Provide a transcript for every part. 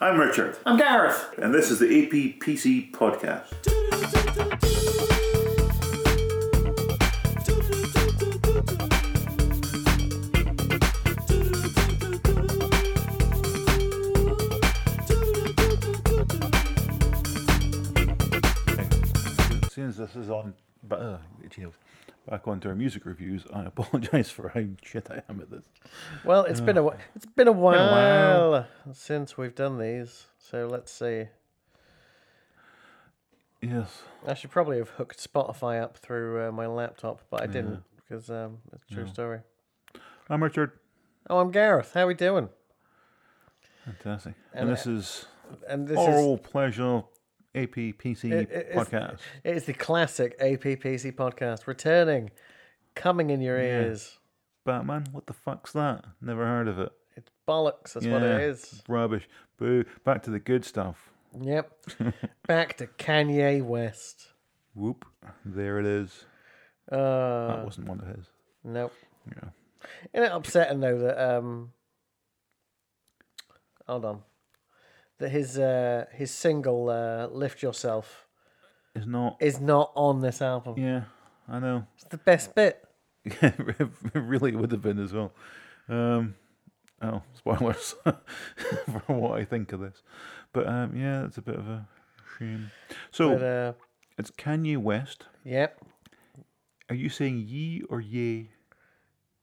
I'm Richard, I'm Gareth. and this is the APPC podcast. Seeing as this is on, but uh, it heals. Back onto our music reviews. I apologise for how shit I am at this. Well, it's been a wh- it's been a while, while. since we've done these, so let's see. Yes, I should probably have hooked Spotify up through uh, my laptop, but I didn't because um, it's a true story. I'm Richard. Oh, I'm Gareth. How we doing? Fantastic. And, this is And this Oral Oh, Pleasure APPC It- it- it's- podcast. is it's the classic APPC podcast returning, coming in your ears. Batman? What the fuck's that? Never heard of it. It's bollocks. That's what it is. Rubbish. Boo. Back to the good stuff. Yep. Back to Kanye West. Whoop. There it is. Uh, That wasn't one of his. nope. Yeah. Isn't it upsetting though that um hold on. That his uh his single uh Lift Yourself It's not. is not on this album. Yeah, I know. It's the best bit. Yeah, it really would have been as well. Um, oh, spoilers for what I think of this. But um, yeah, it's a bit of a shame. So But uh it's Kanye West. yep. Are you saying ye or ye?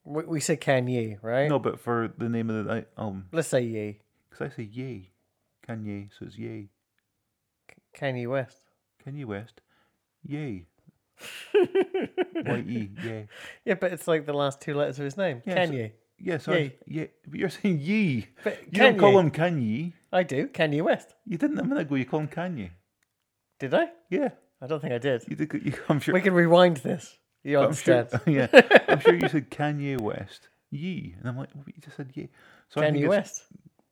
We, we say Kanye, right? No, but for the name of the um, ni- album, Let's say Ye. because I say ye, Kanye, so it's ye. Kanye West. Kanye West, yay. E, Y-E, yay. Yeah, but it's like the last two letters of his name. Yeah, so- Kanye. Yeah, sorry. Yeah, but you're saying ye. But you don't call Kanye. him Kanye. I do. Kanye West. You didn't a minute ago. You call him Kanye. Did I? Yeah, I don't think I did. you did. You, I'm sure. We can rewind this. You I'm sure. understand. yeah, I'm sure you said Kanye West, ye, and I'm like, well, you just said ye. So I think Kanye it's- West.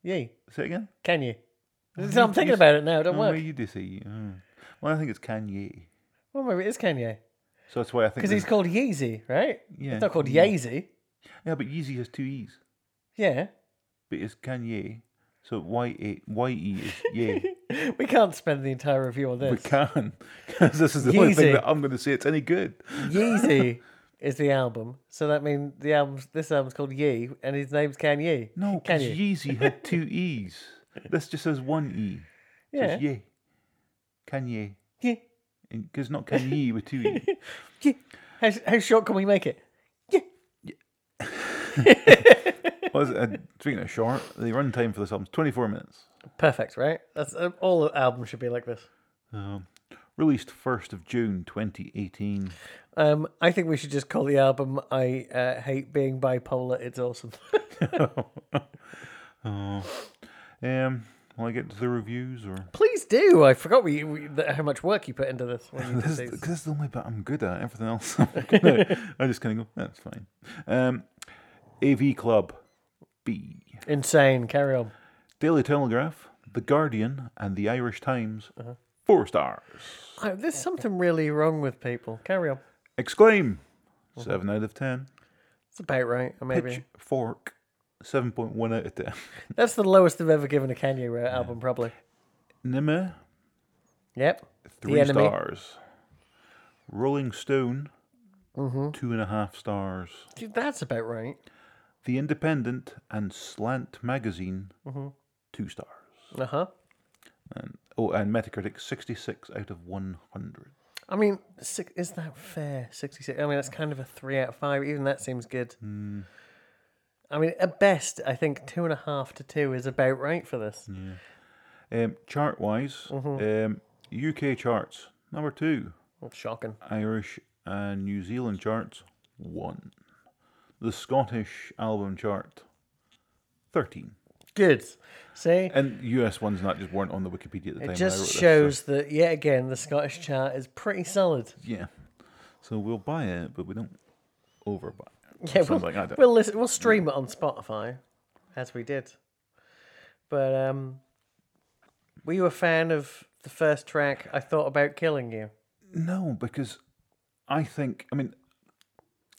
Ye. Say it again. Kanye. you- I'm thinking you- about it now. Don't No, well, work. you do say ye. Oh. Well, I think it's Kanye. Well, maybe it is Kanye. So that's why I think. Because This, he's called Yeezy, right? Yeah, It's not called yeah. Yeezy. yeah, but Yeezy has two e's, Yeah. but it's Kanye. So Y A Y E is ye. we can't spend the entire review on we this. can, because this is the only Yeezy. thing that I'm going to say. It's any good. Yeezy is the album. So that means the album's this album's called Yee and his name's Kanye. No, because Kanye. Yeezy had two E's. This just has one E. So Yeah. it's ye. Kanye. Yee. Because not Kanye with two E. Yee. How, how short can we make it? well, uh, speaking of short, the runtime for this album's 24 minutes. Perfect, right? That's uh, all the albums should be like this. Um, released 1st of June 2018. Um, I think we should just call the album "I uh, Hate Being Bipolar." It's awesome. Um, will I get to the reviews or? Please do. I forgot we, we th- how much work you put into this. When you did This is, these. the- 'cause this is the only bit I'm good at. Everything else, I'm, good at. I just kind of go, that's fine. Um, AV Club B. Insane. Carry on. Daily Telegraph, The Guardian, and The Irish Times, four stars. Oh, there's something really wrong with people. Carry on. Exclaim, 7 out of 10. It's about right, or maybe. Pitchfork, 7.1 out of 10. That's the lowest they've ever given a Kanye Ra- album, probably. Nime, Yep. three stars. Rolling Stone, two and a half stars. Dude, that's about right. The Independent and Slant Magazine, two stars. Uh huh. And, oh, and Metacritic, 66 out of 100. I mean, six, is that fair? 66. I mean, that's kind of a three out of five. Even that seems good. I mean, at best, I think two and a half to two is about right for this. Um, chart wise, um, UK charts, number two. That's shocking. Irish and New Zealand charts, 1. The Scottish album chart, 13. Good. See? And US ones not just weren't on the Wikipedia at the time. when I It wrote just this, shows that, yet again, the Scottish chart is pretty solid. so, yeah. So we'll buy it, but we don't overbuy it. Yeah, Sounds we'll, like I don't. we'll listen. We'll stream it on Spotify, as we did. But um, were you a fan of the first track? I thought about killing you. No, because I think, I mean,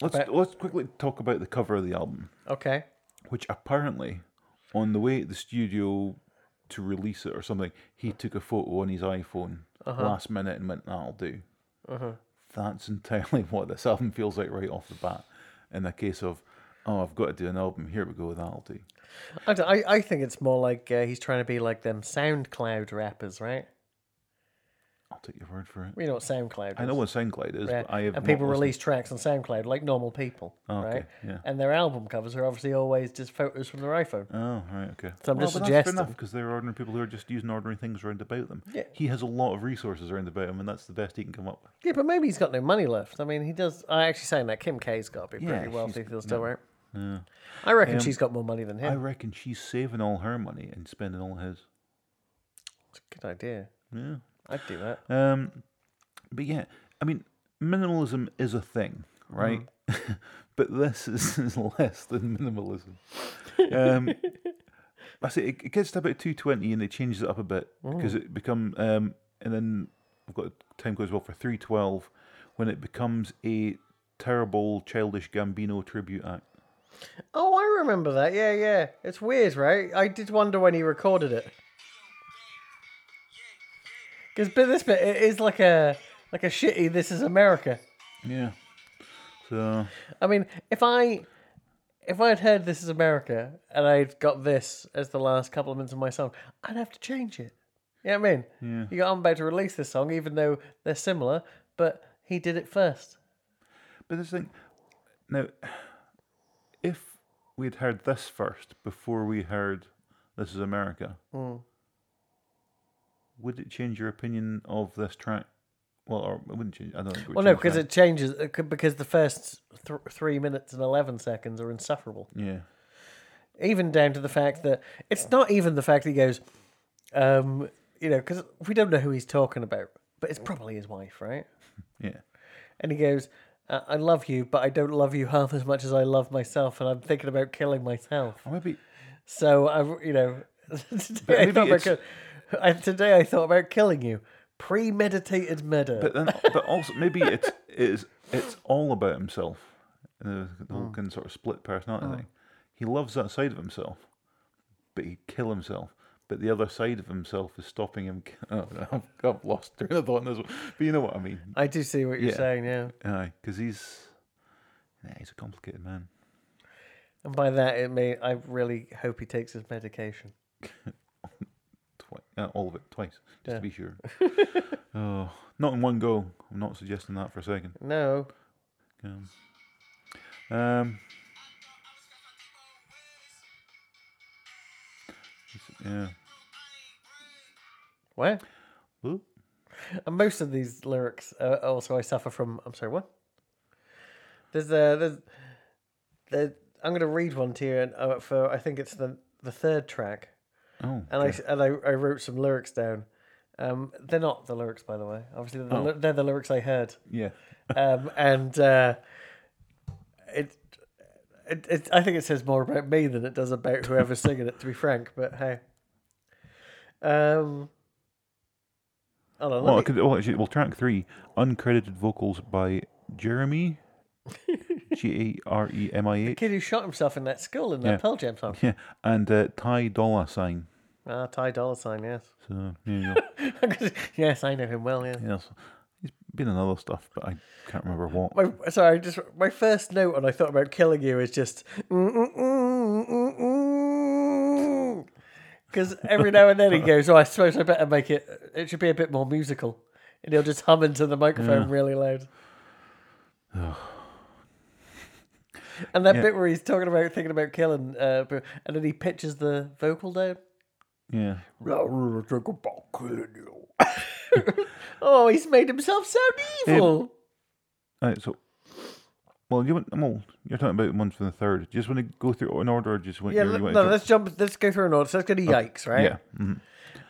let's, But- let's quickly talk about the cover of the album, Okay, which apparently, on the way to the studio to release it or something, he took a photo on his iPhone Uh-huh. last minute and went, "That'll do." That's entirely what this album feels like right off the bat. In the case of, oh, I've got to do an album. Here we go. That'll do. I, don't- I, I think it's more like uh, he's trying to be like them SoundCloud rappers, right? I'll take your word for it. We know what SoundCloud is. I know what SoundCloud is, Yeah, but I have and not people listened- release tracks on SoundCloud like normal people, Oh, okay, right? yeah. And their album covers are obviously always just photos from their iPhone. Oh right, okay. So I'm just but suggesting. That's fair enough because they're ordinary people who are just using ordinary things around about them. Yeah. He has a lot of resources around about him, and that's the best he can come up with. Yeah, but maybe he's got no money left. I mean, he does. I actually saying that Kim K's got to be Yeah, pretty wealthy she's- if they're still no. right. I reckon Um, she's got more money than I him. reckon she's saving all her money and spending all his. It's a good idea. Yeah. I'd do that. Um, but yeah, I mean, minimalism is a thing, right? but this is, is less than minimalism. Um, I say it, it gets to about two twenty, and they changes it up a bit because it become um, and then I've got time goes well for three twelve when it becomes a terrible childish Gambino tribute act. Oh, I remember that. Yeah, yeah. It's weird, right? I did wonder when he recorded it. Because but this bit it is like a like a shitty "This Is America." Yeah. So I mean, if I if I had heard "This Is America" and I'd got this as the last couple of minutes of my song, I'd have to change it. You know what I mean? Yeah. You got I'm about to release this song, even though they're similar, but he did it first. But this thing, now, if we'd heard this first before we heard "This Is America," would it change your opinion of this track? Well, or it wouldn't change. I don't think. It would Well, no, change because that. it changes it could- because the first th- three minutes and eleven seconds are insufferable. yeah, even down to the fact that it's not even the fact that he goes, um, you know, because we don't know who he's talking about, but it's probably his wife, right? yeah, And he goes, uh, "I love you, but I don't love you half as much as I love myself, and I'm thinking about killing myself." or maybe So I, you know, today I maybe thought about it's- kill- I, today I thought about killing you, premeditated murder. But then, but also maybe it's it's it's all about himself. The, the whole kind of sort of split personality thing. He loves that side of himself, but he'd kill himself. But the other side of himself is stopping him. ki- Oh, no, I've, I've lost train of thought on this one. But you know what I mean. I do see what you're Yeah. saying, yeah. Aye, because he's yeah, he's a complicated man. And by that, it may I really hope he takes his medication. Twi- uh, all of it twice, just Yeah. to be sure. oh, not in one go. I'm not suggesting that for a second. No, Um, um, it's- yeah. what? Oop. And most of these lyrics uh, also I suffer from. I'm sorry, what? There's a there's, there, I'm going to read one to you and, uh, for I think it's the the third track, Oh, and I and I, I wrote some lyrics down. Um, they're not the lyrics, by the way. Obviously, they're, the, Oh. ly- they're the lyrics I heard. yeah. Um, and uh, it, it, it, I think it says more about me than it does about whoever's singing it. To be frank, but hey. Um. Hold on, let Well, I me- could, well, actually, well, track three, uncredited vocals by Jeremy, G A R E M I H, kid who shot himself in that school in that Yeah. Pearl Jam song. yeah, and uh, Ty Dolla Sign. Ah, Ty Dolla Sign, yes. So there you go. yes, I know him well. Yeah. yes, he's been in other stuff, but I can't remember what. My, sorry, I just my first note on I thought about killing you is just mm, because mm, every now and then he goes, "Oh, I suppose I better make it. It should be a bit more musical," and he'll just hum into the microphone really loud. and that Yeah. bit where he's talking about thinking about killing, uh, and then he pitches the vocal down. Yeah, oh, he's made himself sound evil. All right, so. Well, you want, well, you're talking about ones from the third. Do you just want to go through in order, or just want Yeah, you, let- you want no, to let's jump. Let's go through an order. So let's go to Yikes, go- right? yeah. mhm.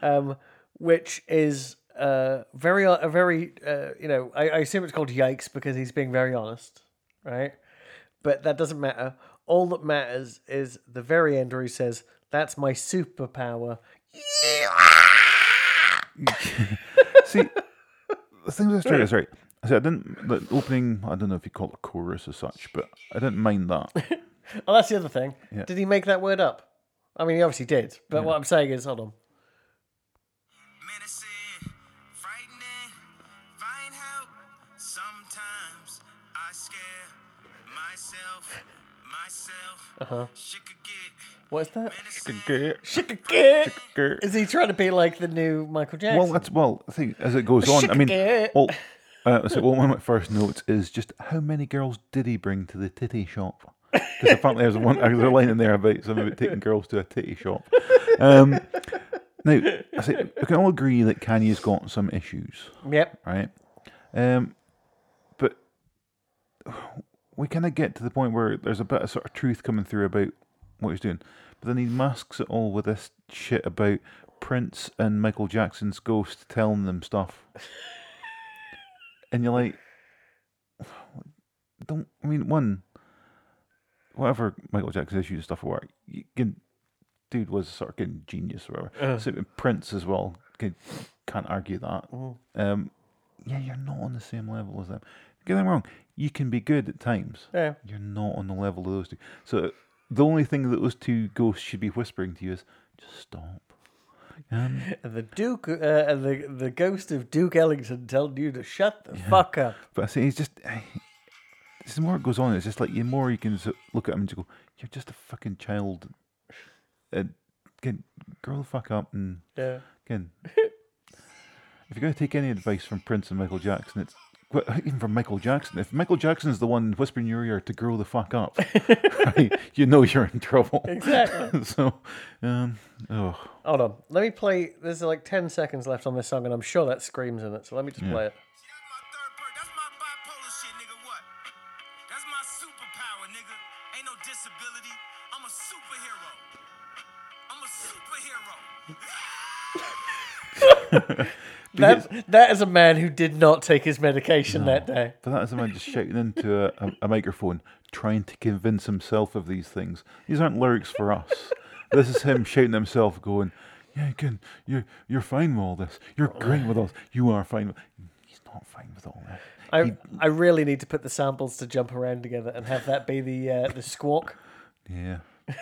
Um, which is uh, very, a very, uh, you know, I, I assume it's called Yikes because he's being very honest, right? But that doesn't matter. All that matters is the very end where he says, "That's my superpower." See, the thing with this track is right. I said I didn't the opening. I don't know if you call it chorus as such, but I didn't mind that. Oh, that's the other thing. Yeah. Did he make that word up? I mean, he obviously did. But what I'm saying is, hold on. menacing, frightening. Find help. Sometimes I scare myself, myself. Uh-huh. She could get What's that? menacing. Shikakit. Is he trying to be like the new Michael Jackson? Well, that's well. I think as it goes on, I mean, Shikagate. well, uh, so well, one of my first notes is just how many girls did he bring to the titty shop? Because apparently there's one there's a line in there about something about taking girls to a titty shop. Um, now, I say we can all agree that Kanye's got some issues, yep. right? Um, but we kind of get to the point where there's a bit of sort of truth coming through about what he's doing, but then he masks it all with this shit about Prince and Michael Jackson's ghost telling them stuff, and you're like, don't. I mean, one, whatever Michael Jackson issues and stuff were, you can, dude was sort of getting genius or whatever. So Prince as well. Can, can't argue that. Um, yeah, you're not on the same level as them. Get them wrong. You can be good at times. Yeah. You're not on the level of those two. So the only thing that those two ghosts should be whispering to you is just stop. Um, And the Duke, uh, and the the ghost of Duke Ellington telling you to shut the fuck up. but I say he's just. As the more it goes on, it's just like the more you can so- look at him and just go, "You're just a fucking child." And again, grow the fuck up and Yeah. again. if you're going to take any advice from Prince and Michael Jackson, it's well, even from Michael Jackson. If Michael Jackson's the one whispering in your ear to grow the fuck up, right, you know you're in trouble. Exactly. so, um, oh, Hold on. Let me play. There's like 10 seconds left on this song, and I'm sure that screams in it. So let me just play it. See, that's my third bird. That's my bipolar shit, nigga. What? That's my superpower, nigga. Ain't no disability. I'm a superhero. I'm a superhero. That, that is a man who did not take his medication that day. but that is a man just shouting into a, a, a microphone, trying to convince himself of these things. These aren't lyrics for us. This is him shouting himself, going, "Yeah, again, you're you're fine with all this. You're great with all this. You are fine." With... He's not fine with all this. I, I really need to put the samples to jump around together and have that be the uh, the squawk. Yeah.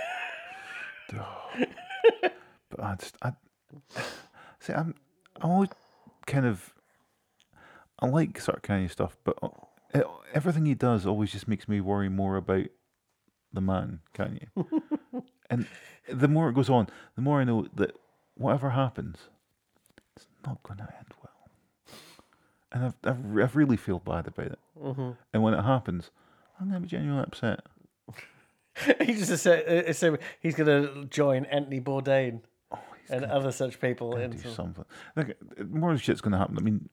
Oh. but I just I see I'm I'm always kind of I like sort of Kanye stuff, but uh, everything he does always just makes me worry more about the man Kanye. and the more it goes on, the more I know that whatever happens, it's not going to end well. And I've, I've re- I've really feel bad about it. And when it happens, I'm going to be genuinely upset. he just said, uh, so he's going to join Anthony Bourdain and other such people. do Into, something. Like, uh, more shit's going to happen. I mean,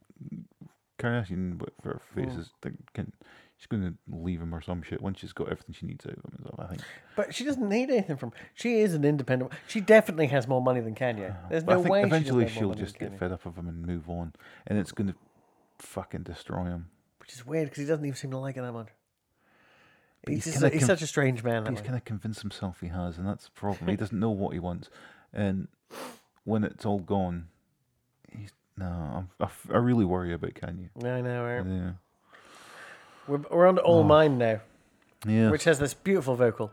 Kardashian with her Hmm. faces, like, can, she's going to leave him or some shit once she's got everything she needs out of him. and stuff, I think. but she doesn't need anything from. She is an independent. She definitely has more money than Kanye. There's Uh, But no I think way. eventually she she will doesn't have more money just than get Kanye. fed up of him and move on, and it's going to fucking destroy him. Which is weird because he doesn't even seem to like it that much. He's, he's just- kinda he's com- such a strange man. That He's way. kind of convinced himself he has, and that's the problem. he doesn't know what he wants, and when it's all gone, he's no. I'm, I, f- I really worry about Kanye. No, no, we're, Yeah, Oh. we're, we're on to All Mine now, yeah. which has this beautiful vocal.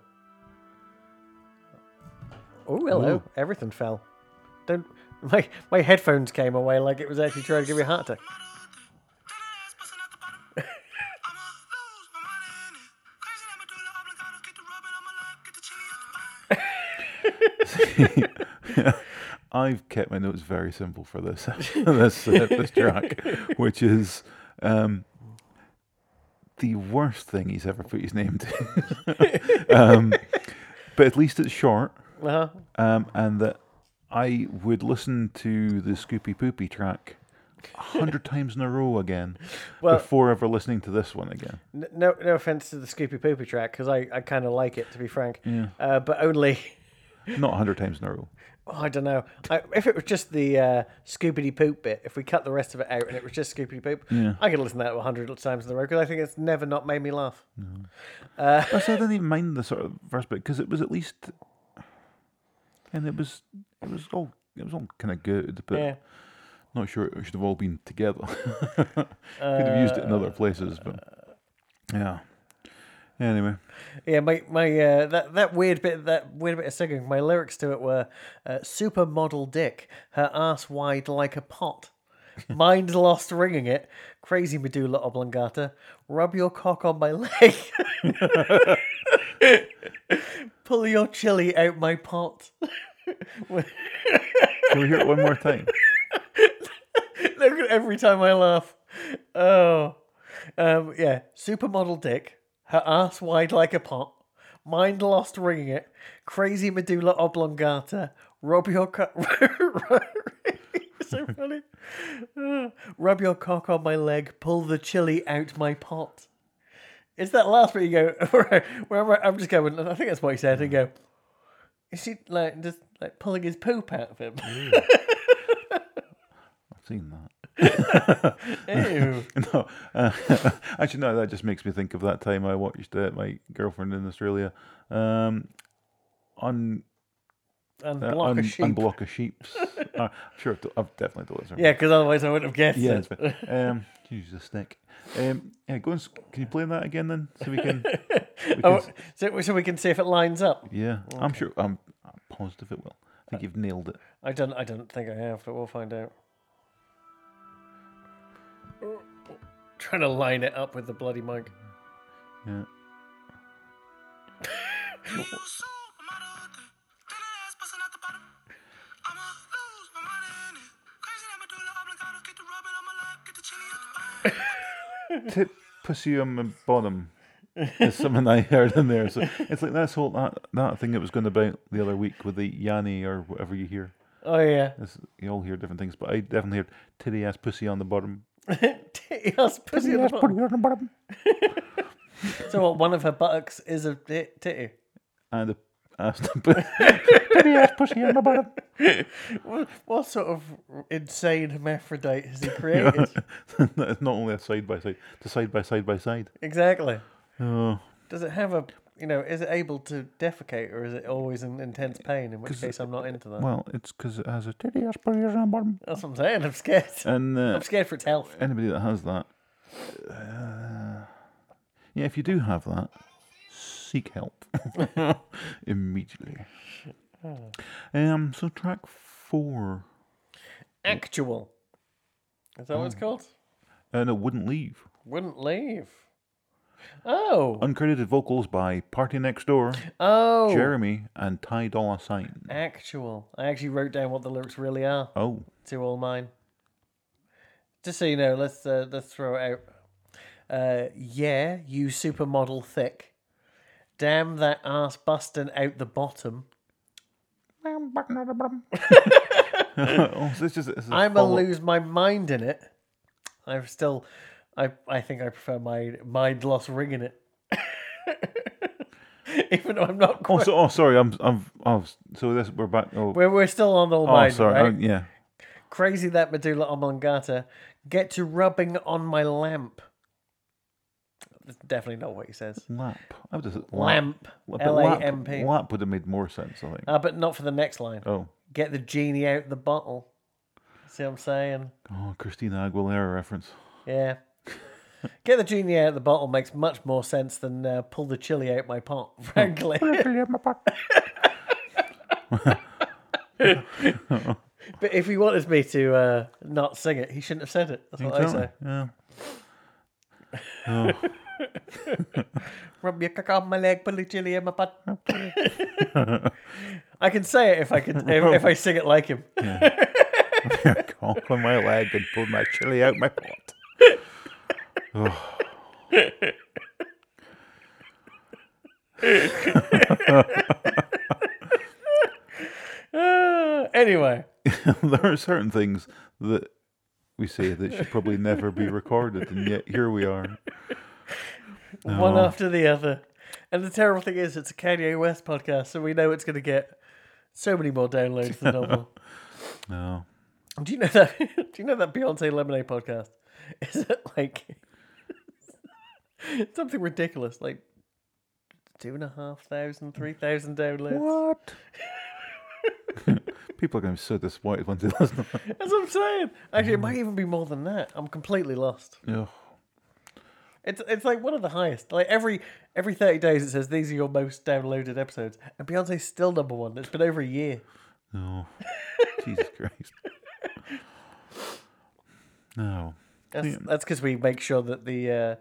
Oh, hello. Ooh. Everything fell. Don't. My, my headphones came away like it was actually trying to give me a heart attack. I'm out of there. Tell her ass busting out the bottom. I'ma lose my mind in it. Crazy like medulla oblongata. Get the rubbing on my lap. Get the chili out the bottom. I've kept my notes very simple for this this uh, this track, which is um, the worst thing he's ever put his name to. um, but at least it's short, Uh-huh. um, and that I would listen to the Scoopy Poopy track a hundred times in a row again Well- before ever listening to this one again. N- No, no offense to the Scoopy Poopy track because I, I kind of like it to be frank. Uh, but only Not a hundred times in a row. oh, I don't know. I, if it was just the uh, Scoopity Poop bit, if we cut the rest of it out and it was just Scoopity Poop, I could listen to that hundred times in a row because I think it's never not made me laugh. But I didn't even mind the sort of verse bit because it was at least, and it was it was all it was all kind of good, but Yeah. not sure it should have all been Uh, together. Could have used it in other places, but yeah. Anyway, Yeah, my my uh, that that weird bit that weird bit of singing. My lyrics to it were, uh, "Supermodel dick, her ass wide like a pot, mind lost ringing it, crazy medulla oblongata, rub your cock on my leg, pull your chili out my pot." can we hear it one more time? Look at every time I laugh. Oh, um, yeah. Supermodel dick, her ass wide like a pot, mind lost ringing it, crazy medulla oblongata, rub your cock. so funny. Uh, Rub your cock on my leg, pull the chili out my pot. It's that last bit you go, where I'm- I'm just going, and I think that's what he said, and go, is he like just like pulling his poop out of him? I've seen that. Ew. No, uh, actually, no. That just makes me think of that time I watched uh, my girlfriend in Australia um, on And uh, block un- a sheep. unblock a sheep's. uh, sure, I've, t- I've definitely told this. Yeah, because otherwise I wouldn't have guessed Yeah, it. it's fine. Um, use a stick. Um, yeah, go and s- can you play that again then, so we can. we can Oh, s- so, so we can see if it lines up. yeah, I'm sure. I'm, I'm positive it will. I think you've nailed it. I don't. I don't think I have, but we'll find out. Trying to line it up with the bloody mic. Yeah. You sold my daughter. Then that ass busting out the bottom. I'ma lose my money in it. Crazy that medulla oblongata. Get the rubbing on my lap. Get the chili at the bottom. Tip, pussy on my bottom. is something I heard in there. So it's like that's whole that that thing it was going about the other week with the Yanni or whatever you hear. Oh yeah, It's, you all hear different things, but I definitely heard titty ass pussy on the bottom. Titty ass pussy. Titty on ass the bottom. pussy on the bottom. So what? One of her buttocks is a ti- titty. And the ass titty ass pussy on the bottom. What, what sort of insane hermaphrodite has he created? it's not only a side by side, it's a side by side by side. exactly. Oh, Does it have a? You know, is it able to defecate, or is it always in intense pain? In which case, I'm not into that. well, it's because it has a titty ass pussy on the bottom. That's what I'm saying. I'm scared. And uh, I'm scared for its health. anybody that has that, uh, yeah, if you do have that, seek help immediately. Um, so track four, Actual. Is that what it's called? uh, no, wouldn't leave. Wouldn't leave. Oh. Uncredited vocals by Party Next Door, Oh. Jeremy, and Ty Dolla Sign. Actual. I actually wrote down what the lyrics really are Oh, to all mine. Just so you know, let's uh, let's throw it out. Uh, yeah, you supermodel thick. Damn that ass busting out the bottom. oh so it's just, it's I'm follow- gonna lose my mind in it. I'm still. I I think I prefer my mind loss ring in it. Even though I'm not Oh, quite. so, oh, sorry. I'm, I'm, oh, so this we're back. Oh, We're, we're still on all oh, mine, sorry. right? oh, yeah. Crazy that medulla oblongata. Get to rubbing on my lamp. That's definitely not what he says. Lap. I would have said Lamp. But L A M P. Lap, lap would have made more sense, I think. Uh, but not for the next line. oh, Get the genie out the bottle. See what I'm saying? oh, Christina Aguilera reference. Yeah. Get the genie out the bottle makes much more sense than uh, pull the chili out my pot, frankly. but if he wanted me to uh, not sing it, he shouldn't have said it. That's what I Totally, say. Yeah. Rub your cock on my leg, pull the chili in my butt. I can say it if I could, if, if I sing it like him. Cock on my leg and pulled my chili out my pot. Uh, anyway, there are certain things that we say that should probably never be recorded, and yet here we are. one after the other. And the terrible thing is, it's a Kanye West podcast, so we know it's going to get so many more downloads than normal. No. Do you know that? Do you know that Beyonce Lemonade podcast? Is it like something ridiculous, like two and a half thousand, three thousand downloads? What? People are going to be so disappointed when they listen. That's what I'm saying. Actually, it might even be more than that. I'm completely lost. Ugh. It's it's like one of the highest. Like every every thirty days, it says these are your most downloaded episodes, and Beyonce's still number one. It's been over a year. Oh, Jesus Christ. No. That's that's because we make sure that the uh,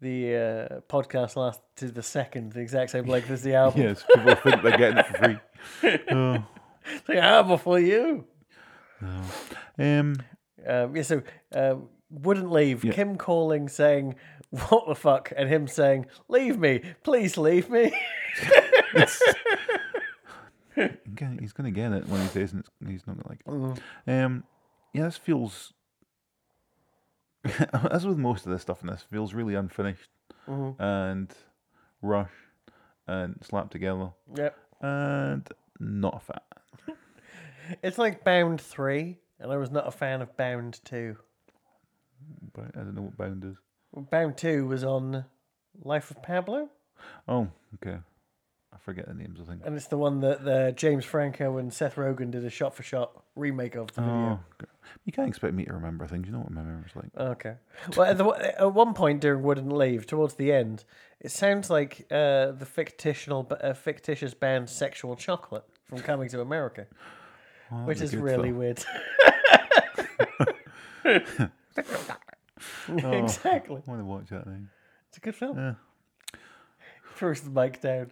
the uh, podcast lasts to the second, the exact same length as the album. Yes, people think they're getting it for free. Oh, It's like, ah, before you. no. Um, Um, yeah, so um, wouldn't leave. Kim calling, saying, "What the fuck," and him saying, "Leave me, please, leave me." Gonna- he's going to get it when he says it's, he's not going to like it. Um, yeah, this feels, as with most of this stuff in this, feels really unfinished Uh-huh. and rushed and slapped together yep. and not a fan. It's like Bound Three, and I was not a fan of Bound Two. But I don't know what Bound is. Bound Two was on Life of Pablo, Oh, okay. I forget the names of things. and it's the one that the James Franco and Seth Rogen did a shot-for-shot remake of the video. Oh, g- you can't expect me to remember things. You know what my memory's like. Okay. Well, at, the, at one point during Wouldn't Leave, towards the end, it sounds like uh, the fictional, uh, fictitious band Sexual Chocolate from Coming to America, Oh, which that'd is be good, really though. weird. Oh, exactly. I want to watch that thing. It's a good film. Yeah. um, Throws the mic down.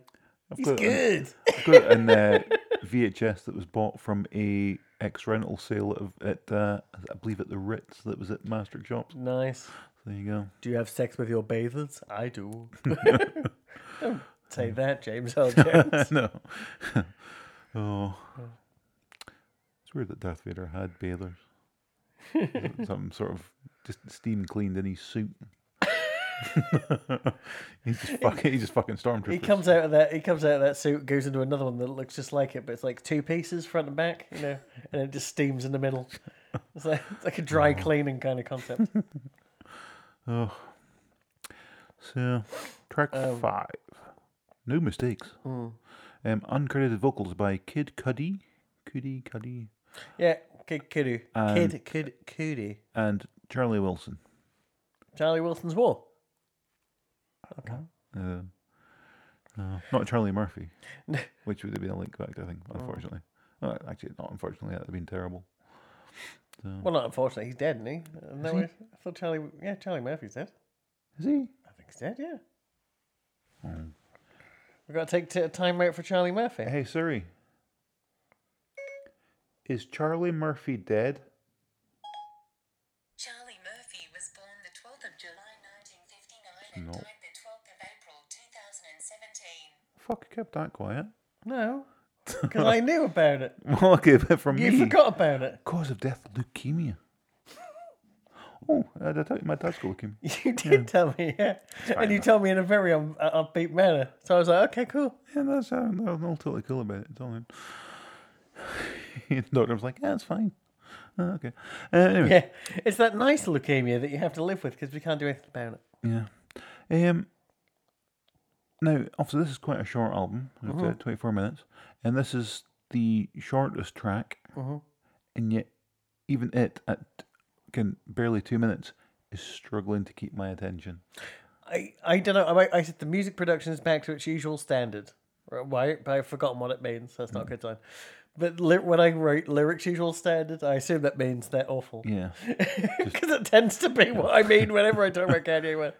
I've He's got it on- good. I've got uh, it in the VHS that was bought from a ex rental sale of at uh, I believe at the Ritz that was at Master Shops. nice. There you go. Do you have sex with your bathers? I do. Don't say that, James L. Jones. no. oh. It's weird that Darth Vader had bathers. Some sort of just steam cleaned in his suit. he's just fucking he's just fucking stormtrooper. He comes out of that. He comes out of that suit, goes into another one that looks just like it, but it's like two pieces, front and back, you know, and it just steams in the middle. It's like, it's like a dry cleaning kind of concept. Oh. So, track five. No mistakes. Um, uncredited vocals by Kid Cudi, Cudi Cudi, Yeah, Kid Kudu, Kid Kid Cudi, and Charlie Wilson. Charlie Wilson's War. Uh, no, not Charlie Murphy, which would have been a link back, I think, unfortunately. Oh, actually, not unfortunately, that would have been terrible. Well, not unfortunately, he's dead, isn't he? Uh, No, I thought Charlie. Yeah, Charlie Murphy's dead. Is he? I think he's dead. Yeah. We've got to take t- a time out for Charlie Murphy. Hey, Siri. Is Charlie Murphy dead? Charlie Murphy was born the 12th of July 1959 and No. died the 12th of April 2017. Fuck, I kept that quiet. No, because I knew about it. Well, okay, but from You me. forgot about it. Cause of death, leukemia. Oh, I I tell you, my dad's got leukemia. You did tell me, yeah. And you told me in a very un- uh, upbeat manner. So I was like, okay, cool. Yeah, that's how I'm all totally cool about it. It's all right. the doctor was like, yeah, it's fine. Oh, okay. Uh, anyway, Yeah. It's that nice leukemia that you have to live with because we can't do anything about it. Yeah. Um. Now, obviously, this is quite a short album. as I've said, Twenty-four minutes, and this is the shortest track, and yet, even it at can barely two minutes is struggling to keep my attention. I, I don't know. I, might- I said the music production is back to its usual standard. Right, Why? But I've forgotten what it means. That's not Mm. a good sign. But ly- when I write lyrics usual standard, I assume that means they're awful. Yeah. Because it tends to be what I mean whenever I talk about Kanye West.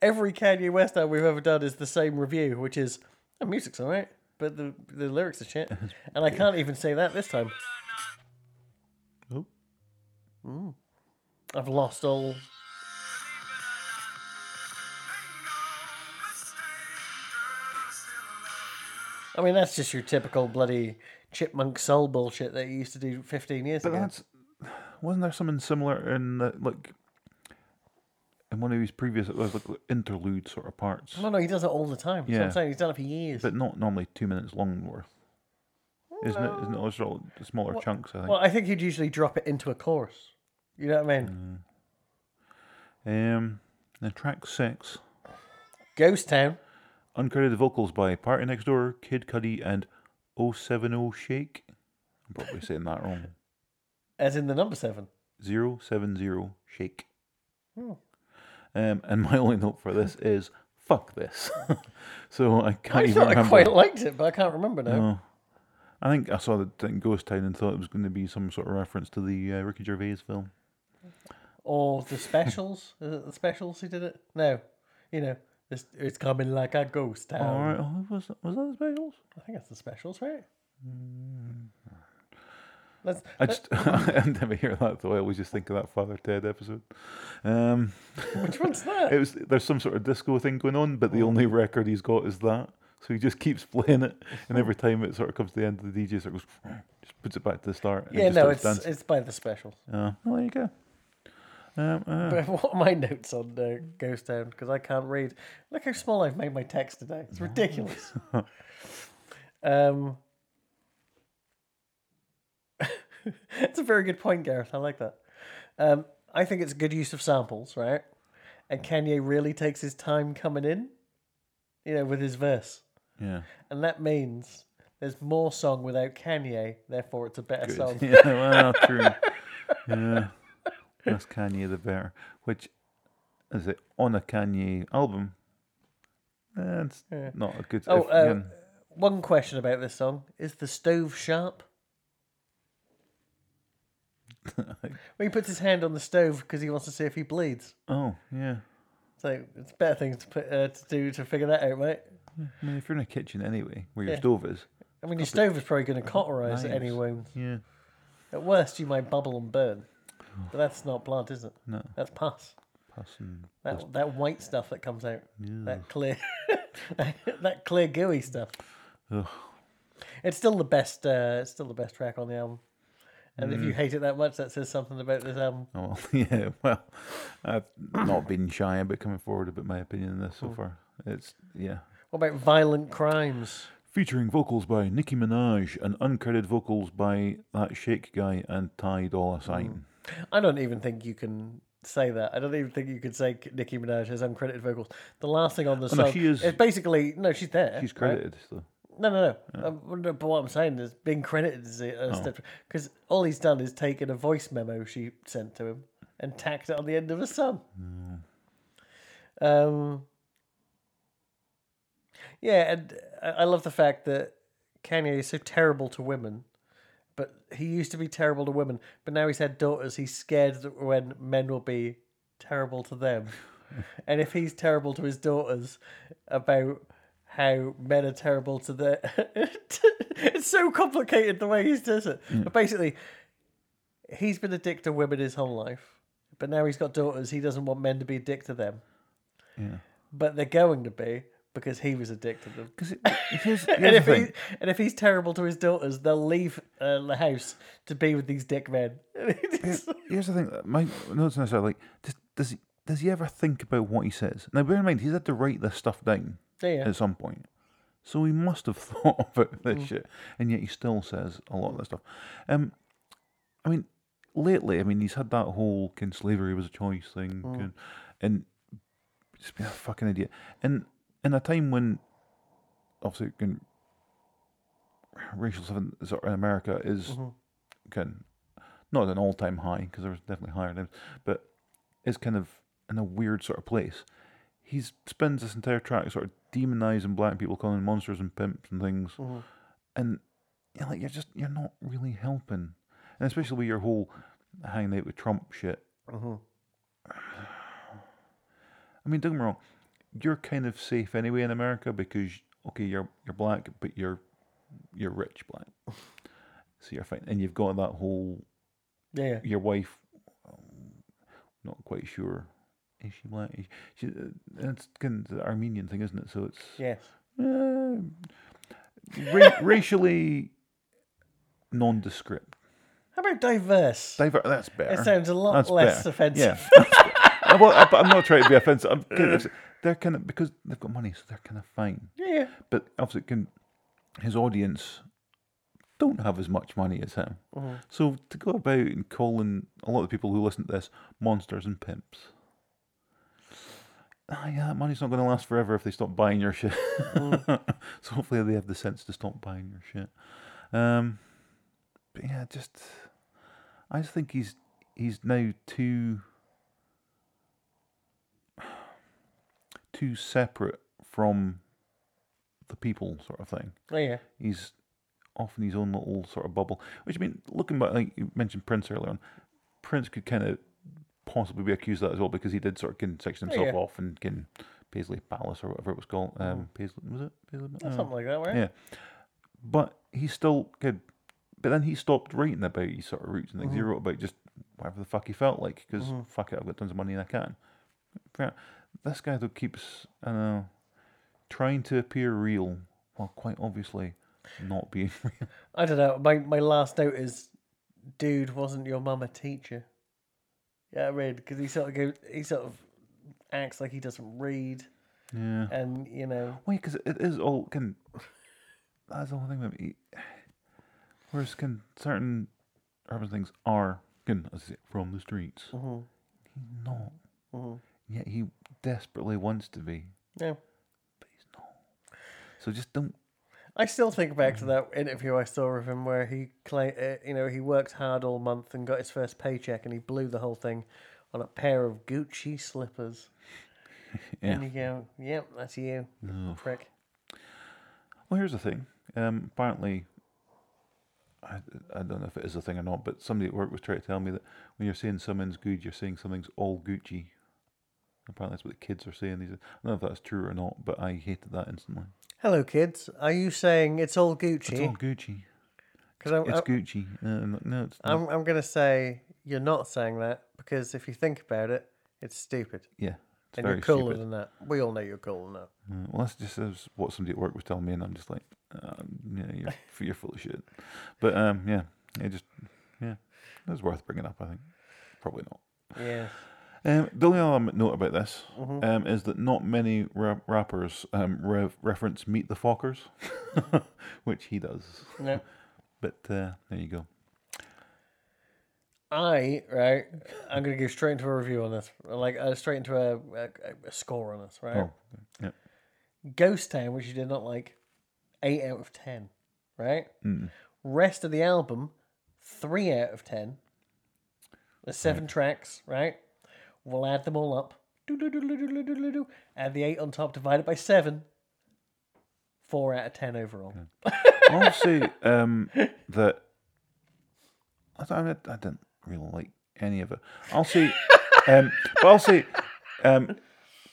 Every Kanye West album we've ever done is the same review, which is the music's alright, but the the lyrics are shit. And I can't even say that this time. oh. I've lost all. I mean, that's just your typical bloody chipmunk soul bullshit that you used to do 15 years But ago. that's wasn't there something similar in the, like in one of his previous it was like interlude sort of parts, No, no, he does it all the time. That's what Yeah. I'm saying. He's done it for years. but not normally two minutes long worth. Isn't it? Isn't it all sort of smaller chunks? I think. well, I think he'd usually drop it into a chorus. You know what I mean? Mm. Um, now track six, Ghost Town. uncredited vocals by Party Next Door, Kid Cudi, and 070 Shake. I'm probably saying that wrong. As in the number seven. Zero seven zero Shake. Um, and my only note for this is fuck this. so I can't I even thought I remember. quite liked it, but I can't remember now. I think I saw the thing Ghost Town and thought it was going to be some sort of reference to the uh, Ricky Gervais film. Or the specials? Is it the specials who did it? No, you know, it's, it's coming like a ghost town. All right, oh, was was that the specials? I think that's the specials, right? Let's, I just I never hear that though. I always just think of that Father Ted episode. Um, which one's that? it was there's some sort of disco thing going on, but the Oh. only record he's got is that. So he just keeps playing it, and every time it sort of comes to the end of the DJ, sort of goes, just puts it back to the start. and Yeah, just no, starts it's dancing. it's by the specials. Uh, well, there you go. Um, uh, But what are my notes on uh, Ghost Town? Because I can't read. Look how small I've made my text today. It's ridiculous. um, that's a very good point, Gareth. I like that. Um, I think it's good use of samples, right? And Kanye really takes his time coming in, you know, with his verse. yeah. And that means there's more song without Kanye, therefore it's a better song. Yeah, well, true. Yeah. Less Kanye, the better. Which is it on a Kanye album? Eh, It's not a good. Oh, if- uh, yeah. one question about this song is the stove sharp? well, he puts his hand on the stove because he wants to see if he bleeds. oh, yeah. So it's better things to put uh, to do to figure that out, right? I mean, if you're in a kitchen anyway, where your Yeah. stove is, I mean, your stove is probably going to cauterize at any knives. wound. yeah. At worst, you might bubble and burn, but that's not blood, is it? No, that's pus. Pass and That that white stuff that comes out, that clear, that clear gooey stuff. Ugh. It's still the best. Uh, it's still the best track on the album. And if you hate it that much, that says something about this album. Oh, well, yeah. Well, I've not been shy about coming forward about my opinion on this so Hmm. far. It's yeah. What about Violent Crimes? Featuring vocals by Nicki Minaj and uncredited vocals by that Shake guy and Ty Dolla Hmm. Sign. I don't even think you can say that. I don't even think you could say Nicki Minaj has uncredited vocals. The last thing on the Oh, no, song she is- it's basically no, she's there. She's right? credited, so No, no, no. Um, no, but what I'm saying is being credited is Oh. a, a step because all he's done is taken a voice memo she sent to him and tacked it on the end of a song. Hmm. Um. Yeah, and I I love the fact that Kanye is so terrible to women, but he used to be terrible to women, but now he's had daughters. He's scared that when men will be terrible to them. and if he's terrible to his daughters about how men are terrible to their. it's so complicated the way he does it. But basically, he's been a dick to women his whole life, but now he's got daughters. He doesn't want men to be a dick to them. yeah. But they're going to be because he was a dick to them. Because here's, And here's the if, thing. he, and if he's terrible to his daughters, they'll leave uh, the house to be with these dick men. Here's the thing. that My notes and I said like, does does he, does he ever think about what he says? Now, bear in mind, he's had to write this stuff down yeah. Mm. at some point, so he must have thought about this shit, and yet he still says a lot of that stuff. Um, I mean, lately, I mean, he's had that whole "can slavery was a choice" thing, Mm. and, and just being a fucking idiot. And in a time when, obviously, can, racial stuff in, sort of in America is Mm-hmm. can not at an all-time high because there was definitely higher names, but is kind of in a weird sort of place. He spends this entire track sort of demonizing black people, calling them monsters and pimps and things, and you're like you're just you're not really helping, and especially with your whole hanging out with Trump shit. I mean, don't get me wrong, you're kind of safe anyway in America because okay, you're you're black, but you're you're rich black, so you're fine, and you've got that whole yeah. your wife, um, not quite sure, is she black? Is she, uh, that's kind of the Armenian thing, isn't it? So it's Yes. uh, ra- racially nondescript. How about diverse? Diver- that's better. sounds a lot That's less better. offensive. Yeah. I'm, well, I'm not trying to be offensive. I'm kind of, they're kind of because they've got money, so they're kind of fine. yeah. But obviously, can, his audience don't have as much money as him. So to go about and calling a lot of people who listen to this monsters and pimps. Ah, yeah, that money's not going to last forever if they stop buying your shit. so hopefully they have the sense to stop buying your shit. Um, but yeah, just I just think he's he's now too. too separate from the people sort of thing. Oh yeah. He's off in his own little sort of bubble. Which I mean, looking back, like you mentioned Prince earlier on, Prince could kind of possibly be accused of that as well because he did sort of can section himself yeah. off and can Paisley Palace or whatever it was called. Um, Paisley was it? Paisley, I don't know. Something like that, Mm. right? Yeah. But he still could. But then he stopped writing about his sort of roots and things. He wrote about just whatever the fuck he felt like because fuck it, I've got tons of money and I can. Fair. This guy though keeps, I don't know, trying to appear real while quite obviously not being real. I don't know. My my last note is, dude, wasn't your mum a teacher? Yeah, I read because he sort of go, he sort of acts like he doesn't read, Yeah. and you know, Wait, because it is all can. That's the whole thing. About it. Whereas can certain urban things are can as I say, from the streets. He's not. Yet he desperately wants to be, yeah. but he's not. So just don't. I still think back Mm. to that interview I saw of him where he claim, uh, you know, he worked hard all month and got his first paycheck, and he blew the whole thing on a pair of Gucci slippers. Yeah. And you go, yep, that's you, prick. Well, here's the thing. Um, apparently, I, I don't know if it is a thing or not, but somebody at work was trying to tell me that when you're saying something's good, you're saying something's all Gucci. Apparently, that's what the kids are saying. These, I don't know if that's true or not, but I hated that instantly. Hello, kids. Are you saying it's all It's all Gucci? Gucci. Because I'm, It's I'm, Gucci. Uh, I'm like, no, it's not. I'm, I'm going to say you're not saying that because if you think about it, it's stupid. yeah, it's and very you're cooler stupid. than that. We all know you're cooler than that. Uh, well, that's just that's what somebody at work was telling me, and I'm just like, um, yeah, you're, f- you're full of shit. But um, yeah, it just yeah, it was worth bringing up. I think probably not. Yeah. Um, the only other note about this Mm-hmm. um, is that not many ra- rappers um, re- reference "Meet the Fockers," which he does. No. But uh, there you go. I right. I'm gonna go straight into a review on this, like uh, straight into a, a, a score on this. Right, Oh, yeah. Ghost Town, which you did not like, eight out of ten. Right, rest of the album, three out of ten. There's seven tracks. Right, we'll add them all up. Do-do-do-do-do-do-do-do. Add the eight on top, divide it by seven. Four out of ten overall. I'll say um, that I don't. I didn't really like any of it. I'll say, um, but I'll say, um,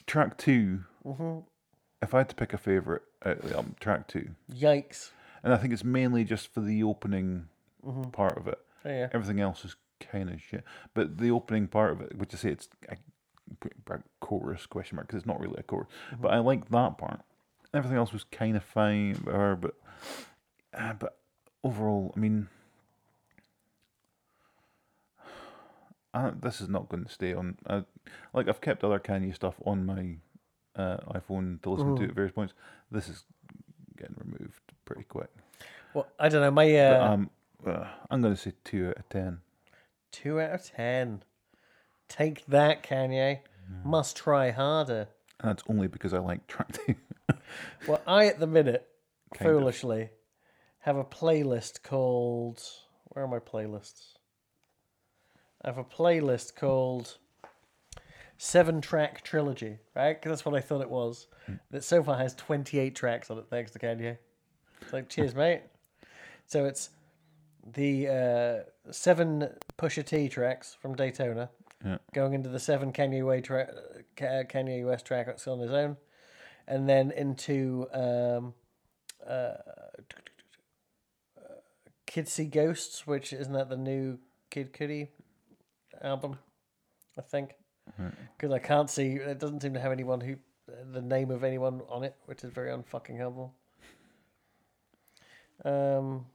track 2 If I had to pick a favorite, uh, um, track two, Yikes! and I think it's mainly just for the opening part of it. Oh, yeah. Everything else is kind of shit, but the opening part of it, which I say it's a chorus question mark because it's not really a chorus, but I like that part. Everything else was kind of fine, or, but uh, but overall, I mean, I, don't- this is not going to stay on. I, like I've kept other Kanye stuff on my uh, iPhone to listen to at various points. This is getting removed pretty quick. Well, I don't know. My uh, Um, uh, I'm going to say two out of ten. Two out of ten. Take that, Kanye. Must try harder. And that's only because I like track two. Well, I at the minute, Kind of. foolishly, have a playlist called. Where are my playlists? I have a playlist called Seven Track Trilogy, right? 'Cause that's what I thought it was. Hmm. That so far has 28 tracks on it, thanks to Kanye. It's like, cheers, mate. So it's the uh, seven Pusha T tracks from Daytona, Yeah. going into the seven Kanye, Way tra- uh, Ka- Kanye West tracks on his own, and then into um, uh, Kids See Ghosts, which isn't that the new Kid Cudi album, I think. Because I can't see, it doesn't seem to have anyone who, the name of anyone on it, which is very unfucking helpful. Um,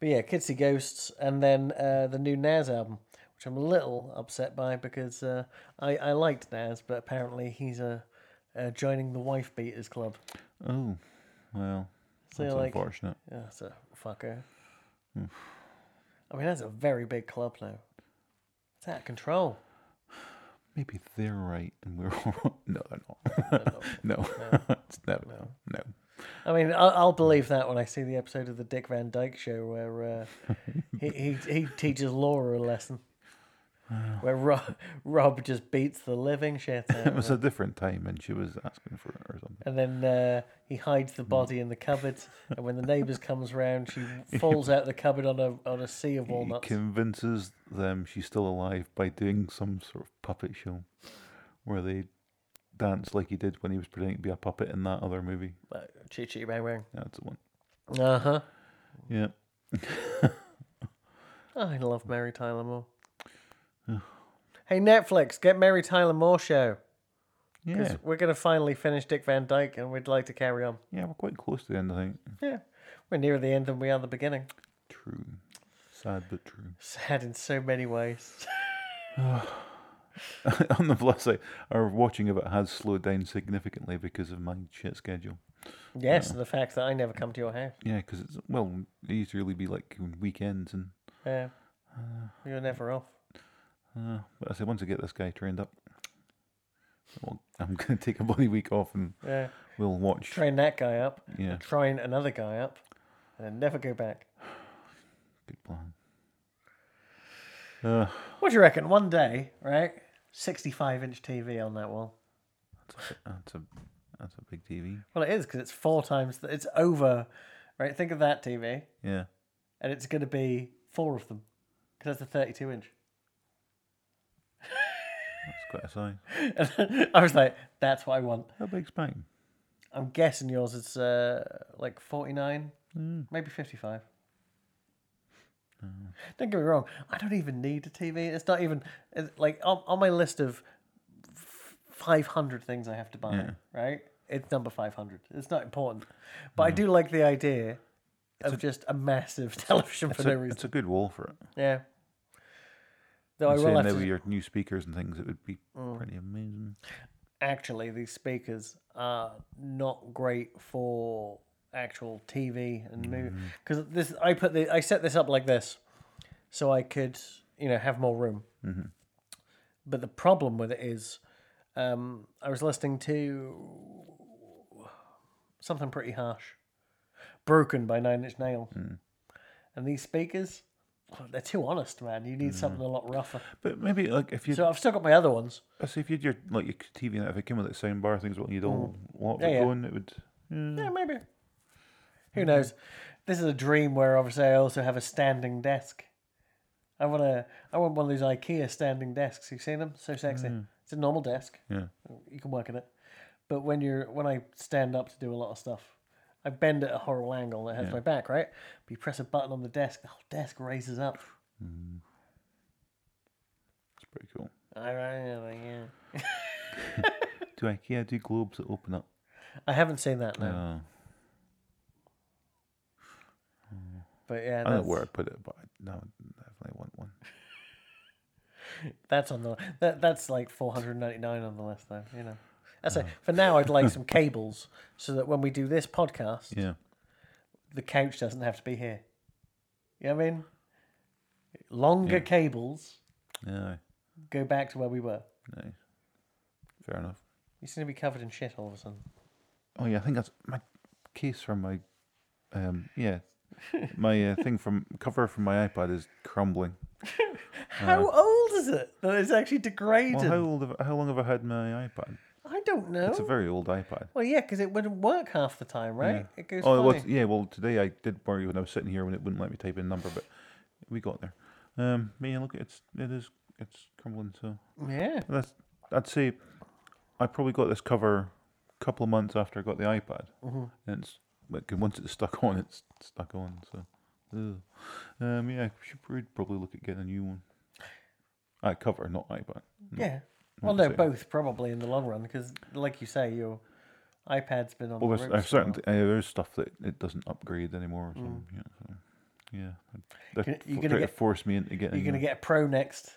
but yeah, Kids See Ghosts, and then uh, the new Nas album, which I'm a little upset by because uh, I, I liked Nas, but apparently he's uh, uh, joining the Wife Beaters Club. Oh, well, So that's you're like, unfortunate. "Yeah, that's a fucker. I mean, that's a very big club now. It's out of control. Maybe they're right and we're all wrong. No, they're not. no, It's no, no, no. I mean, I'll, I'll believe that when I see the episode of the Dick Van Dyke Show where uh, he, he he teaches Laura a lesson. where Rob, Rob just beats the living shit out It of was her. a different time, and she was asking for it or something. And then uh, he hides the body in the cupboard. And when the neighbours comes round, she falls out the cupboard on a on a sea of walnuts. He convinces them she's still alive by doing some sort of puppet show where they dance like he did when he was pretending to be a puppet in that other movie. Like, Uh, Chee chee bang bang. That's the one. Uh huh. Yeah. Oh, I love Mary Tyler Moore. hey Netflix, get Mary Tyler Moore show. Yeah. 'Cause We're gonna finally finish Dick Van Dyke, and we'd like to carry on. Yeah, we're quite close to the end, I think. Yeah, we're nearer the end than we are the beginning. True. Sad but true. Sad in so many ways. On the plus side, our watching of it has slowed down significantly because of my shit schedule. yes, and the fact that I never come to your house. Yeah, because it's, well, it used to really be like weekends and. Yeah, you're never off. Uh, but I said, once I get this guy trained up, well, I'm going to take a bloody week off and Yeah, we'll watch. train that guy up. Yeah. Train another guy up, and then never go back. Good plan. Uh, What do you reckon? One day, right? Sixty-five inch TV on that wall. That's a, that's a, that's a big TV. Well, it is because it's four times. th- It's over, right? Think of that TV, Yeah. and it's going to be four of them because that's a 32 inch. That's quite a size. I was like, that's what I want. How big's mine? I'm guessing yours is uh, like 49, Hmm. maybe 55. Don't get me wrong. I don't even need a TV. It's not even it's like on, on my list of f- 500 things I have to buy. Right? It's number 500. It's not important, but I do like the idea of just a massive television for It's, no a, reason. it's a good wall for it. Yeah. Though I I'm saying will have now to Oh. with your new speakers and things, it would be pretty amazing. actually these speakers are not great for actual TV and movie because this I put the I set this up like this so I could you know have more room. But the problem with it is, um, I was listening to something pretty harsh, "Broken" by Nine Inch Nails, and these speakers. oh, They're too honest, man. You need something a lot rougher. But maybe like if you, So I've still got my other ones. I say if you had your like your TV and that, if it came with that sound bar things, well, you'd all lot of Mm. Yeah, it yeah. going, it would. Yeah, maybe. Who knows? This is a dream where obviously I also have a standing desk. I want to. I want one of those IKEA standing desks. You've seen them? So sexy. It's a normal desk. Yeah. You can work in it. But when you're when I stand up to do a lot of stuff, I bend at a horrible angle that hurts my back, right? But you press a button on the desk, the whole desk raises up. It's pretty cool. I, I, yeah. Do IKEA do globes that open up? I haven't seen that now, Uh, but yeah, I don't know that's, where I put it, but I, no, I definitely want one. that's on the that, that's like four hundred ninety nine on the list, though. You know, I Oh. say for now I'd like some cables so that when we do this podcast, Yeah. the couch doesn't have to be here. You know what I mean? Longer cables Yeah. go back to where we were. Nice. Fair enough. You seem to be covered in shit all of a sudden. Oh yeah, I think that's my case for my, um, yeah, my uh, thing from cover from my iPad is crumbling. How old is it that it's actually degraded? Well, how old? Have, how long have I had my iPad? I don't know. It's a very old iPad. well, yeah, because it wouldn't work half the time, right? It goes. Oh, it was, funny. yeah. Well, today I did worry when I was sitting here when it wouldn't let me type in a number, but we got there. Um, but yeah, look, it's it is it's crumbling. So yeah. that's I'd say I probably got this cover a couple of months after I got the iPad, Mm-hmm. and it's like once it's stuck on, it's stuck on. So, ugh. um, yeah, I should we'd probably look at getting a new one. I cover, not iPad. Yeah. Well, to no, say. both probably in the long run because, like you say, your iPad's been on Well, the there's, ropes there's for certain a th- uh, there's stuff that it doesn't upgrade anymore. So, Mm. yeah, so, yeah, they're You're gonna- you're fo- gonna trying to get- force me into getting. You're going to a- get a Pro next.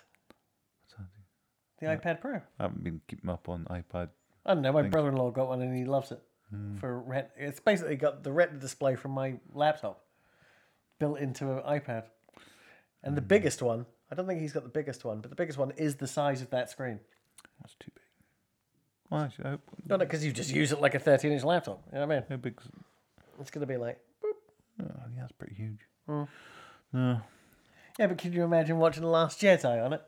The iPad Pro. I haven't been keeping up on iPad. I don't know. My brother-in-law got one and he loves it. For rent, it's basically got the Retina display from my laptop built into an iPad. And the biggest one, I don't think he's got the biggest one, but the biggest one is the size of that screen. That's too big. Well, actually, how, No, no, because you just use it like a 13-inch laptop. You know what I mean? how big's? It's going to be like, Oh, yeah, that's Hmm. pretty huge. No, yeah, but could you imagine watching The Last Jedi on it?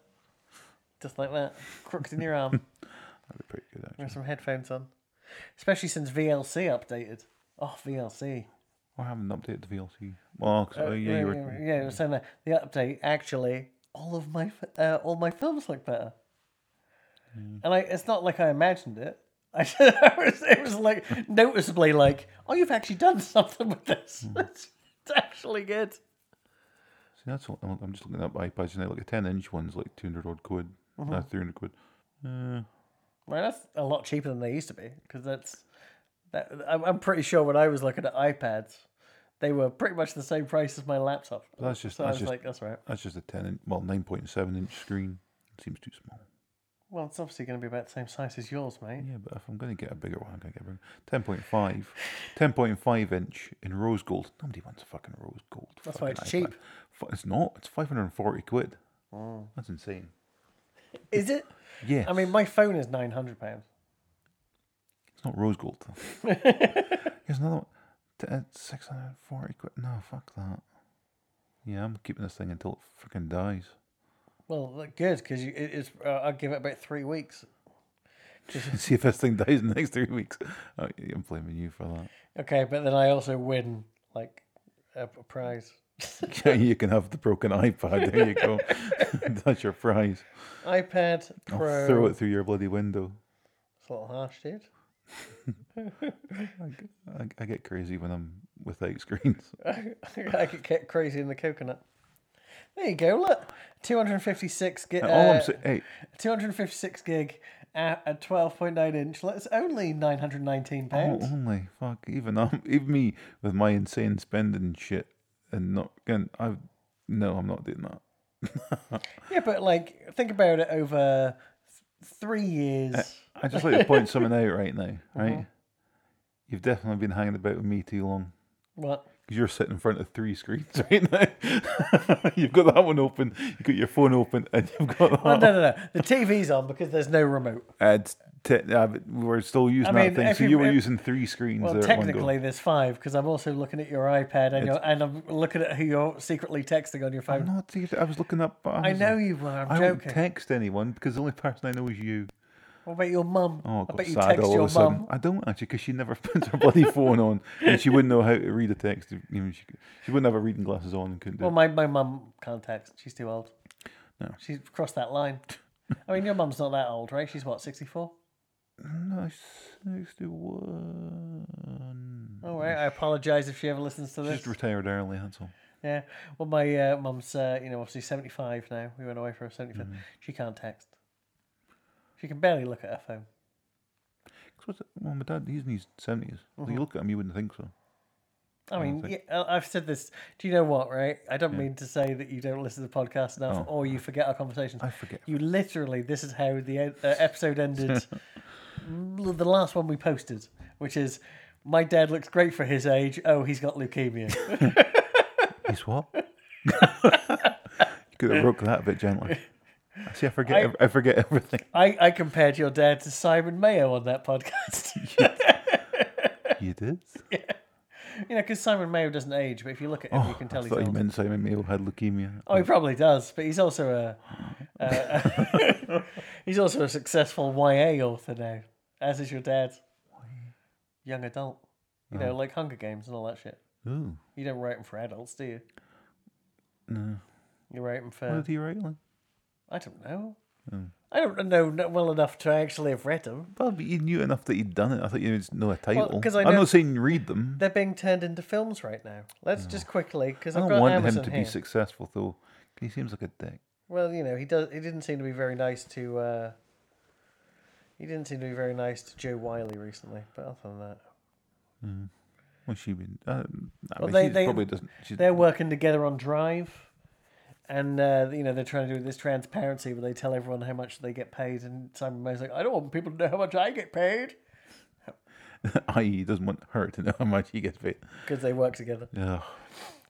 just like that, crooked in your arm. That'd be pretty good, actually. Wear some headphones on, especially since VLC updated. Oh, VLC. Well, I haven't updated the VLC. Well, 'cause- oh, yeah, you Uh, yeah, were. yeah, I was saying that the update actually all of my f- uh, all my films look better, Mm. and I it's not like I imagined it. I just, it, was, it was like noticeably like oh you've actually done something with this. Mm. it's, it's actually good. See, that's what I'm, I'm just looking at iPads now. Like a 10 inch one's like 200 odd quid, no, Mm-hmm. 300 quid. Well, that's a lot cheaper than they used to be because that's that. I'm, I'm pretty sure when I was looking at iPads, they were pretty much the same price as my laptop. that's just- so I that's was just- like, that's right. That's just a 10 inch, well, 9.7 inch screen. seems too small. Well, it's obviously going to be about the same size as yours, mate. Yeah, but if I'm going to get a bigger one, I'm going to get a bigger 10.5. 10.5 inch in rose gold. Nobody wants a fucking rose gold. That's why fucking it's iPad. cheap. Fu- It's not. It's 540 quid. That's insane. Is it? Yeah. I mean, my phone is nine hundred pounds. It's not rose gold. though. Here's another one. T- uh, 640 quid. No, fuck that. Yeah, I'm keeping this thing until it freaking dies. Well, look, good because it, it's. Uh, I'll give it about three weeks. See if this thing dies in the next three weeks. Oh, yeah, I'm blaming you for that. Okay, but then I also win like a, a prize. Yeah, you can have the broken iPad. There you go. That's your prize. iPad I'll Pro. Oh, throw it through your bloody window. It's a little harsh, dude. I, I get crazy when I'm without screens. Uh, I could get crazy in the coconut. There you go. Look, two hundred fifty-six gig. All Uh, I'm saying, hey, two hundred fifty-six gig at a twelve point nine inch. That's only nine hundred nineteen oh, pounds. only fuck. Even i even me with my insane spending shit and not going. I no, I'm not doing that. oh. Yeah, but like, think about it over th- three years. I just like to point something out right now, Uh-huh. right? You've definitely been hanging about with me too long. what? 'Cause You're sitting in front of three screens right now. you've got that one open, you've got your phone open, and you've got that. Oh, no, no, no. The TV's on because there's no remote. Uh, it's te- uh, but we're still using mean, that thing. if So you- you were if- using three screens Well, there at one go. technically, there's five because I'm also looking at your iPad and, you're, and I'm looking at who you're secretly texting on your I'm phone. not. serious. I was looking up. I, I was- know you were. I'm I don't joking. text anyone because the only person I know is you. what about your mum? Oh, I I got bet you sad text all your of a sudden. mum. I don't actually because she never puts her bloody phone on, and she wouldn't know how to read a text. if- You know, she, she wouldn't have her reading glasses on and couldn't do. Well, it. my, my mum can't text. She's too old. No. She's crossed that line. I mean, your mum's not that old, right? She's what, 64? Nice, sixty-one. All right. I apologise if she ever listens to this. Just retired early, that's all. Yeah. Well, my uh, mum's, uh, you know, obviously 75 now. We went away for her 75. Mm. She can't text. She can barely look at her phone. 'Cause what's it- Well, my dad, he's in his 70s Like, Uh-huh. you look at him, you wouldn't think so. I mean, yeah, I- I've said this. Do you know what, right? I don't mean to say that you don't listen to the podcast enough or you forget our conversations. Oh. I forget. You literally, this is how the en- uh, episode ended. l- the last one we posted, which is my dad looks great for his age. Oh, he's got leukemia. He's what? you could have broke that a bit gently. See, I forget. ev- I forget everything. I, I compared your dad to Simon Mayo on that podcast. You did. You know, because Simon Mayo doesn't age, but if you look at him, you can tell Oh, I he's thought you old. meant Simon Mayo had leukemia. Oh, he probably does, but he's also a, a he's also a successful YA author now, as is your dad. Young adult, you Oh. know, like Hunger Games and all that shit. Ooh, You don't write them for adults, do you? no. You write them for What did he Hmm. write? Like? I don't know. I don't know n- well enough to actually have read them. Well, but you knew enough that he'd done it. I thought you would know a title. 'cause I am know- not saying read them. They're being turned into films right now. Let's just quickly because Hmm. I I've don't got want Amazon him to here. be successful, though. He seems like a dick. Well, you know, he does. He didn't seem to be very nice to. Uh, he didn't seem to be very nice to Joe Wiley recently. But other than that, What's she been? Uh, I Well, mean, they- she they- probably doesn't. She's, they're working together on Drive, and uh, you know they're trying to do this transparency where they tell everyone how much they get paid, and Simon May's like, I don't want people to know how much I get paid i.e., E, doesn't want her to know how much he gets paid. because they work together. Ugh,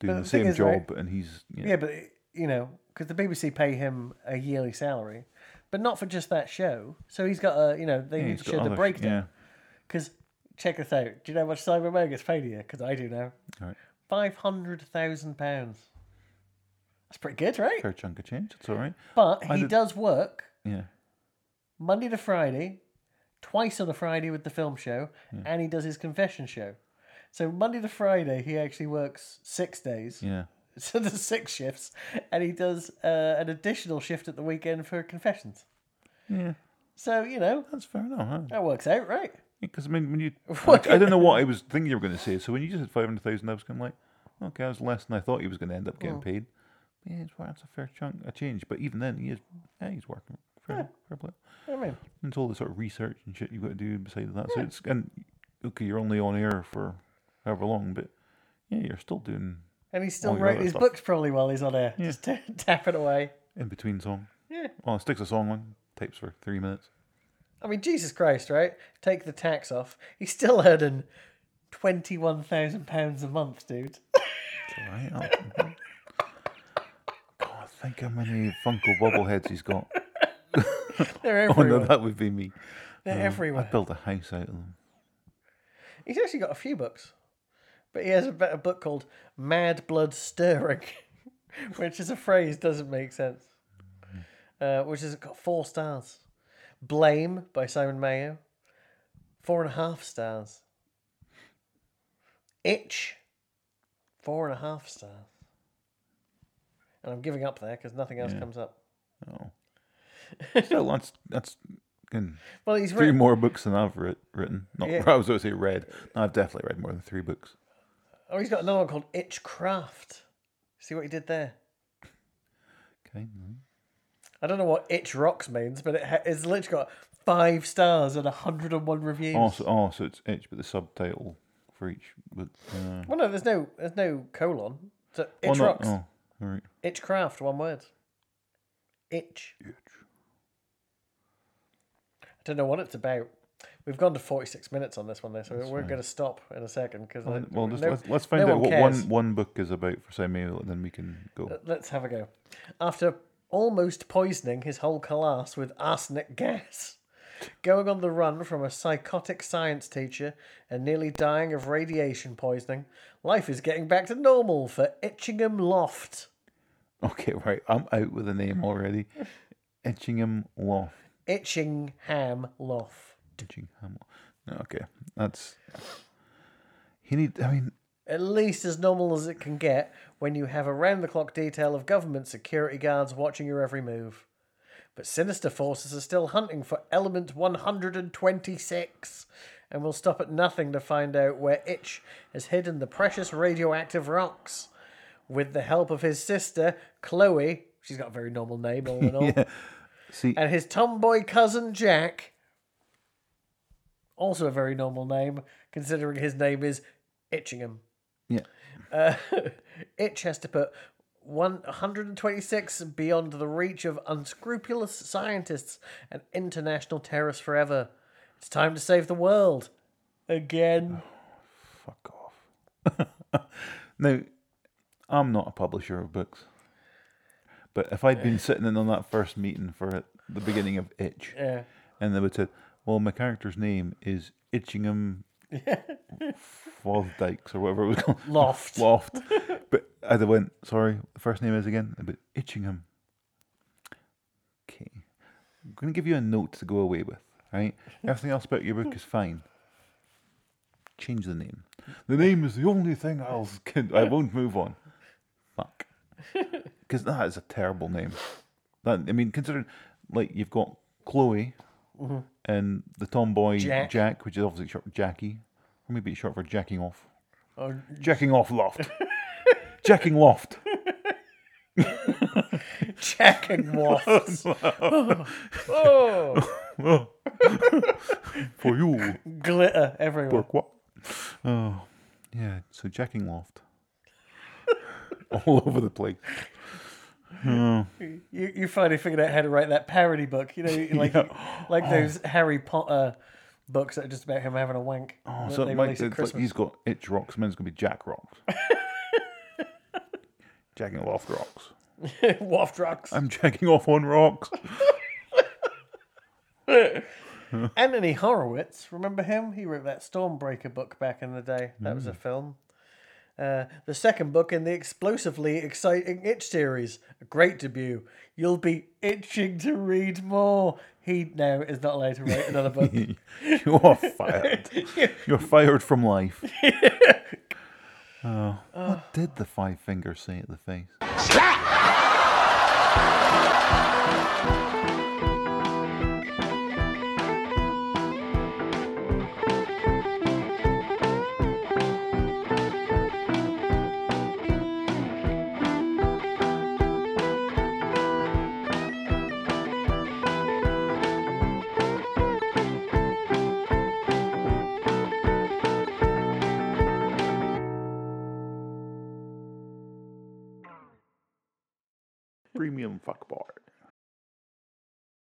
doing the the, thing same is, right- job, and he's yeah. Yeah, but you know, because the BBC pay him a yearly salary, but not for just that show. So he's got a, you know, they need he's to got show the other- breakdown. Yeah, Because check this out. Do you know how much Simon Mayo gets paid a year? Because I do now. Alright. Five hundred thousand pounds. That's pretty good, right? fair chunk of change. It's all right. But I he did- does work Yeah. Monday to Friday, twice on a Friday with the film show, Hmm. and he does his confession show. So Monday to Friday, he actually works six days. Yeah. So there's six shifts, and he does uh, an additional shift at the weekend for confessions. Yeah. So you know That's fair enough, huh? that works out, right? Because I mean, when you, like, I don't know what I was thinking you were going to say. So when you just said five hundred thousand, I was kind of like, okay, that was less than I thought he was going to end up getting paid. Yeah, it's, well, that's a fair chunk, a change. But even then, he is, yeah, he's working fair, fair play. I mean, And it's all the sort of research and shit you've got to do besides that. So it's and okay, you're only on air for however long, but yeah, you're still doing and he's still All your writing other his stuff. books probably while he's on air, just t- tapping away. in between song. Yeah. Oh, sticks a song on, types for three minutes. I mean, Jesus Christ, right? Take the tax off. He's still earning twenty-one thousand pounds a month, dude. All right. I'll, God, think how many Funko bobbleheads he's got. They're Oh everywhere. no, that would be me. They're I everywhere. built a house out of them. He's actually got a few books, but he has a better book called "Mad Blood Stirring," which is a phrase doesn't make sense. Uh, which has got four stars. "Blame" by Simon Mayo, four and a half stars. "Itch," four and a half stars. And I'm giving up there because nothing else comes up. Oh. Still, that's that's in Well, he's three written. more books than I've writ- written. Not Yeah. I was going to say read. No, I've definitely read more than three books. Oh, he's got another one called "Itchcraft." See what he did there. Okay. no. I don't know what itch rocks means, but it ha- it's literally got five stars and 101 reviews. Oh, so, oh, so it's itch, but the subtitle for each. But uh, Well, no, there's no there's no colon. So itch oh, no, rocks, Oh, all right. itch craft, one word. Itch. Itch. I don't know what it's about. We've gone to 46 minutes on this one, though, so we're going to stop in a second because Well, just, let's, let's find out what one one book is about for Samuel, and then we can go. Let's have a go. After almost poisoning his whole class with arsenic gas, going on the run from a psychotic science teacher, and nearly dying of radiation poisoning, life is getting back to normal for Itchingham Loft. Okay, right. I'm out with a name already. Etchingham Law. Itchingham Loft. Etchingham. No, okay, that's. He need. I mean, At least as normal as it can get when you have a round the clock detail of government security guards watching your every move. But sinister forces are still hunting for element 126 and will stop at nothing to find out where Itch has hidden the precious radioactive rocks. With the help of his sister, Chloe, she's got a very normal name all in all, see, and his tomboy cousin, Jack, also a very normal name considering his name is Itchingham. yeah, Uh, Itch has to put one- 126 beyond the reach of unscrupulous scientists and international terrorists forever. It's time to save the world. Again. fuck off. now, I'm not a publisher of books, but if I'd been sitting in on that first meeting for the beginning of Itch, Yeah. and they would say, "Well, my character's name is Itchingham Fothdykes or whatever it was called." Loft. Loft. but I went, sorry, the first name is again, but Itchingham. Okay. I'm going to give you a note to go away with, right? Everything else about your book is fine. Change the name. The name is the only thing I'll, can, I won't move on. Fuck. Because that is a terrible name. That I mean, considering, like, you've got Chloe and the tomboy Mm-hmm. Jack. Jack. which is obviously short for Jackie, or maybe it's short for jacking off. Oh, Jacking off loft. Jacking loft. Jacking wafts. oh, For you. glitter everywhere. Work what? Oh, yeah. So jacking loft. All over the place. You, you finally figured out how to write that parody book. You know, you- like Oh. like those Harry Potter books that are just about him having a wank. Oh, that so they Mike, release it's at like Christmas. he's got itch rocks. Mine's gonna be jack rocks. jacking loft rocks. Waft rocks. I'm jacking off on rocks. Anthony Horowitz, remember him? He wrote that Stormbreaker book back in the day. That was a film. Uh, the second book in the explosively exciting Itch series, a great debut. You'll be itching to read more. He now is not allowed to write another book. you are fired. You're fired from life. Oh, what did the five fingers say at the face? Premium fuck bar.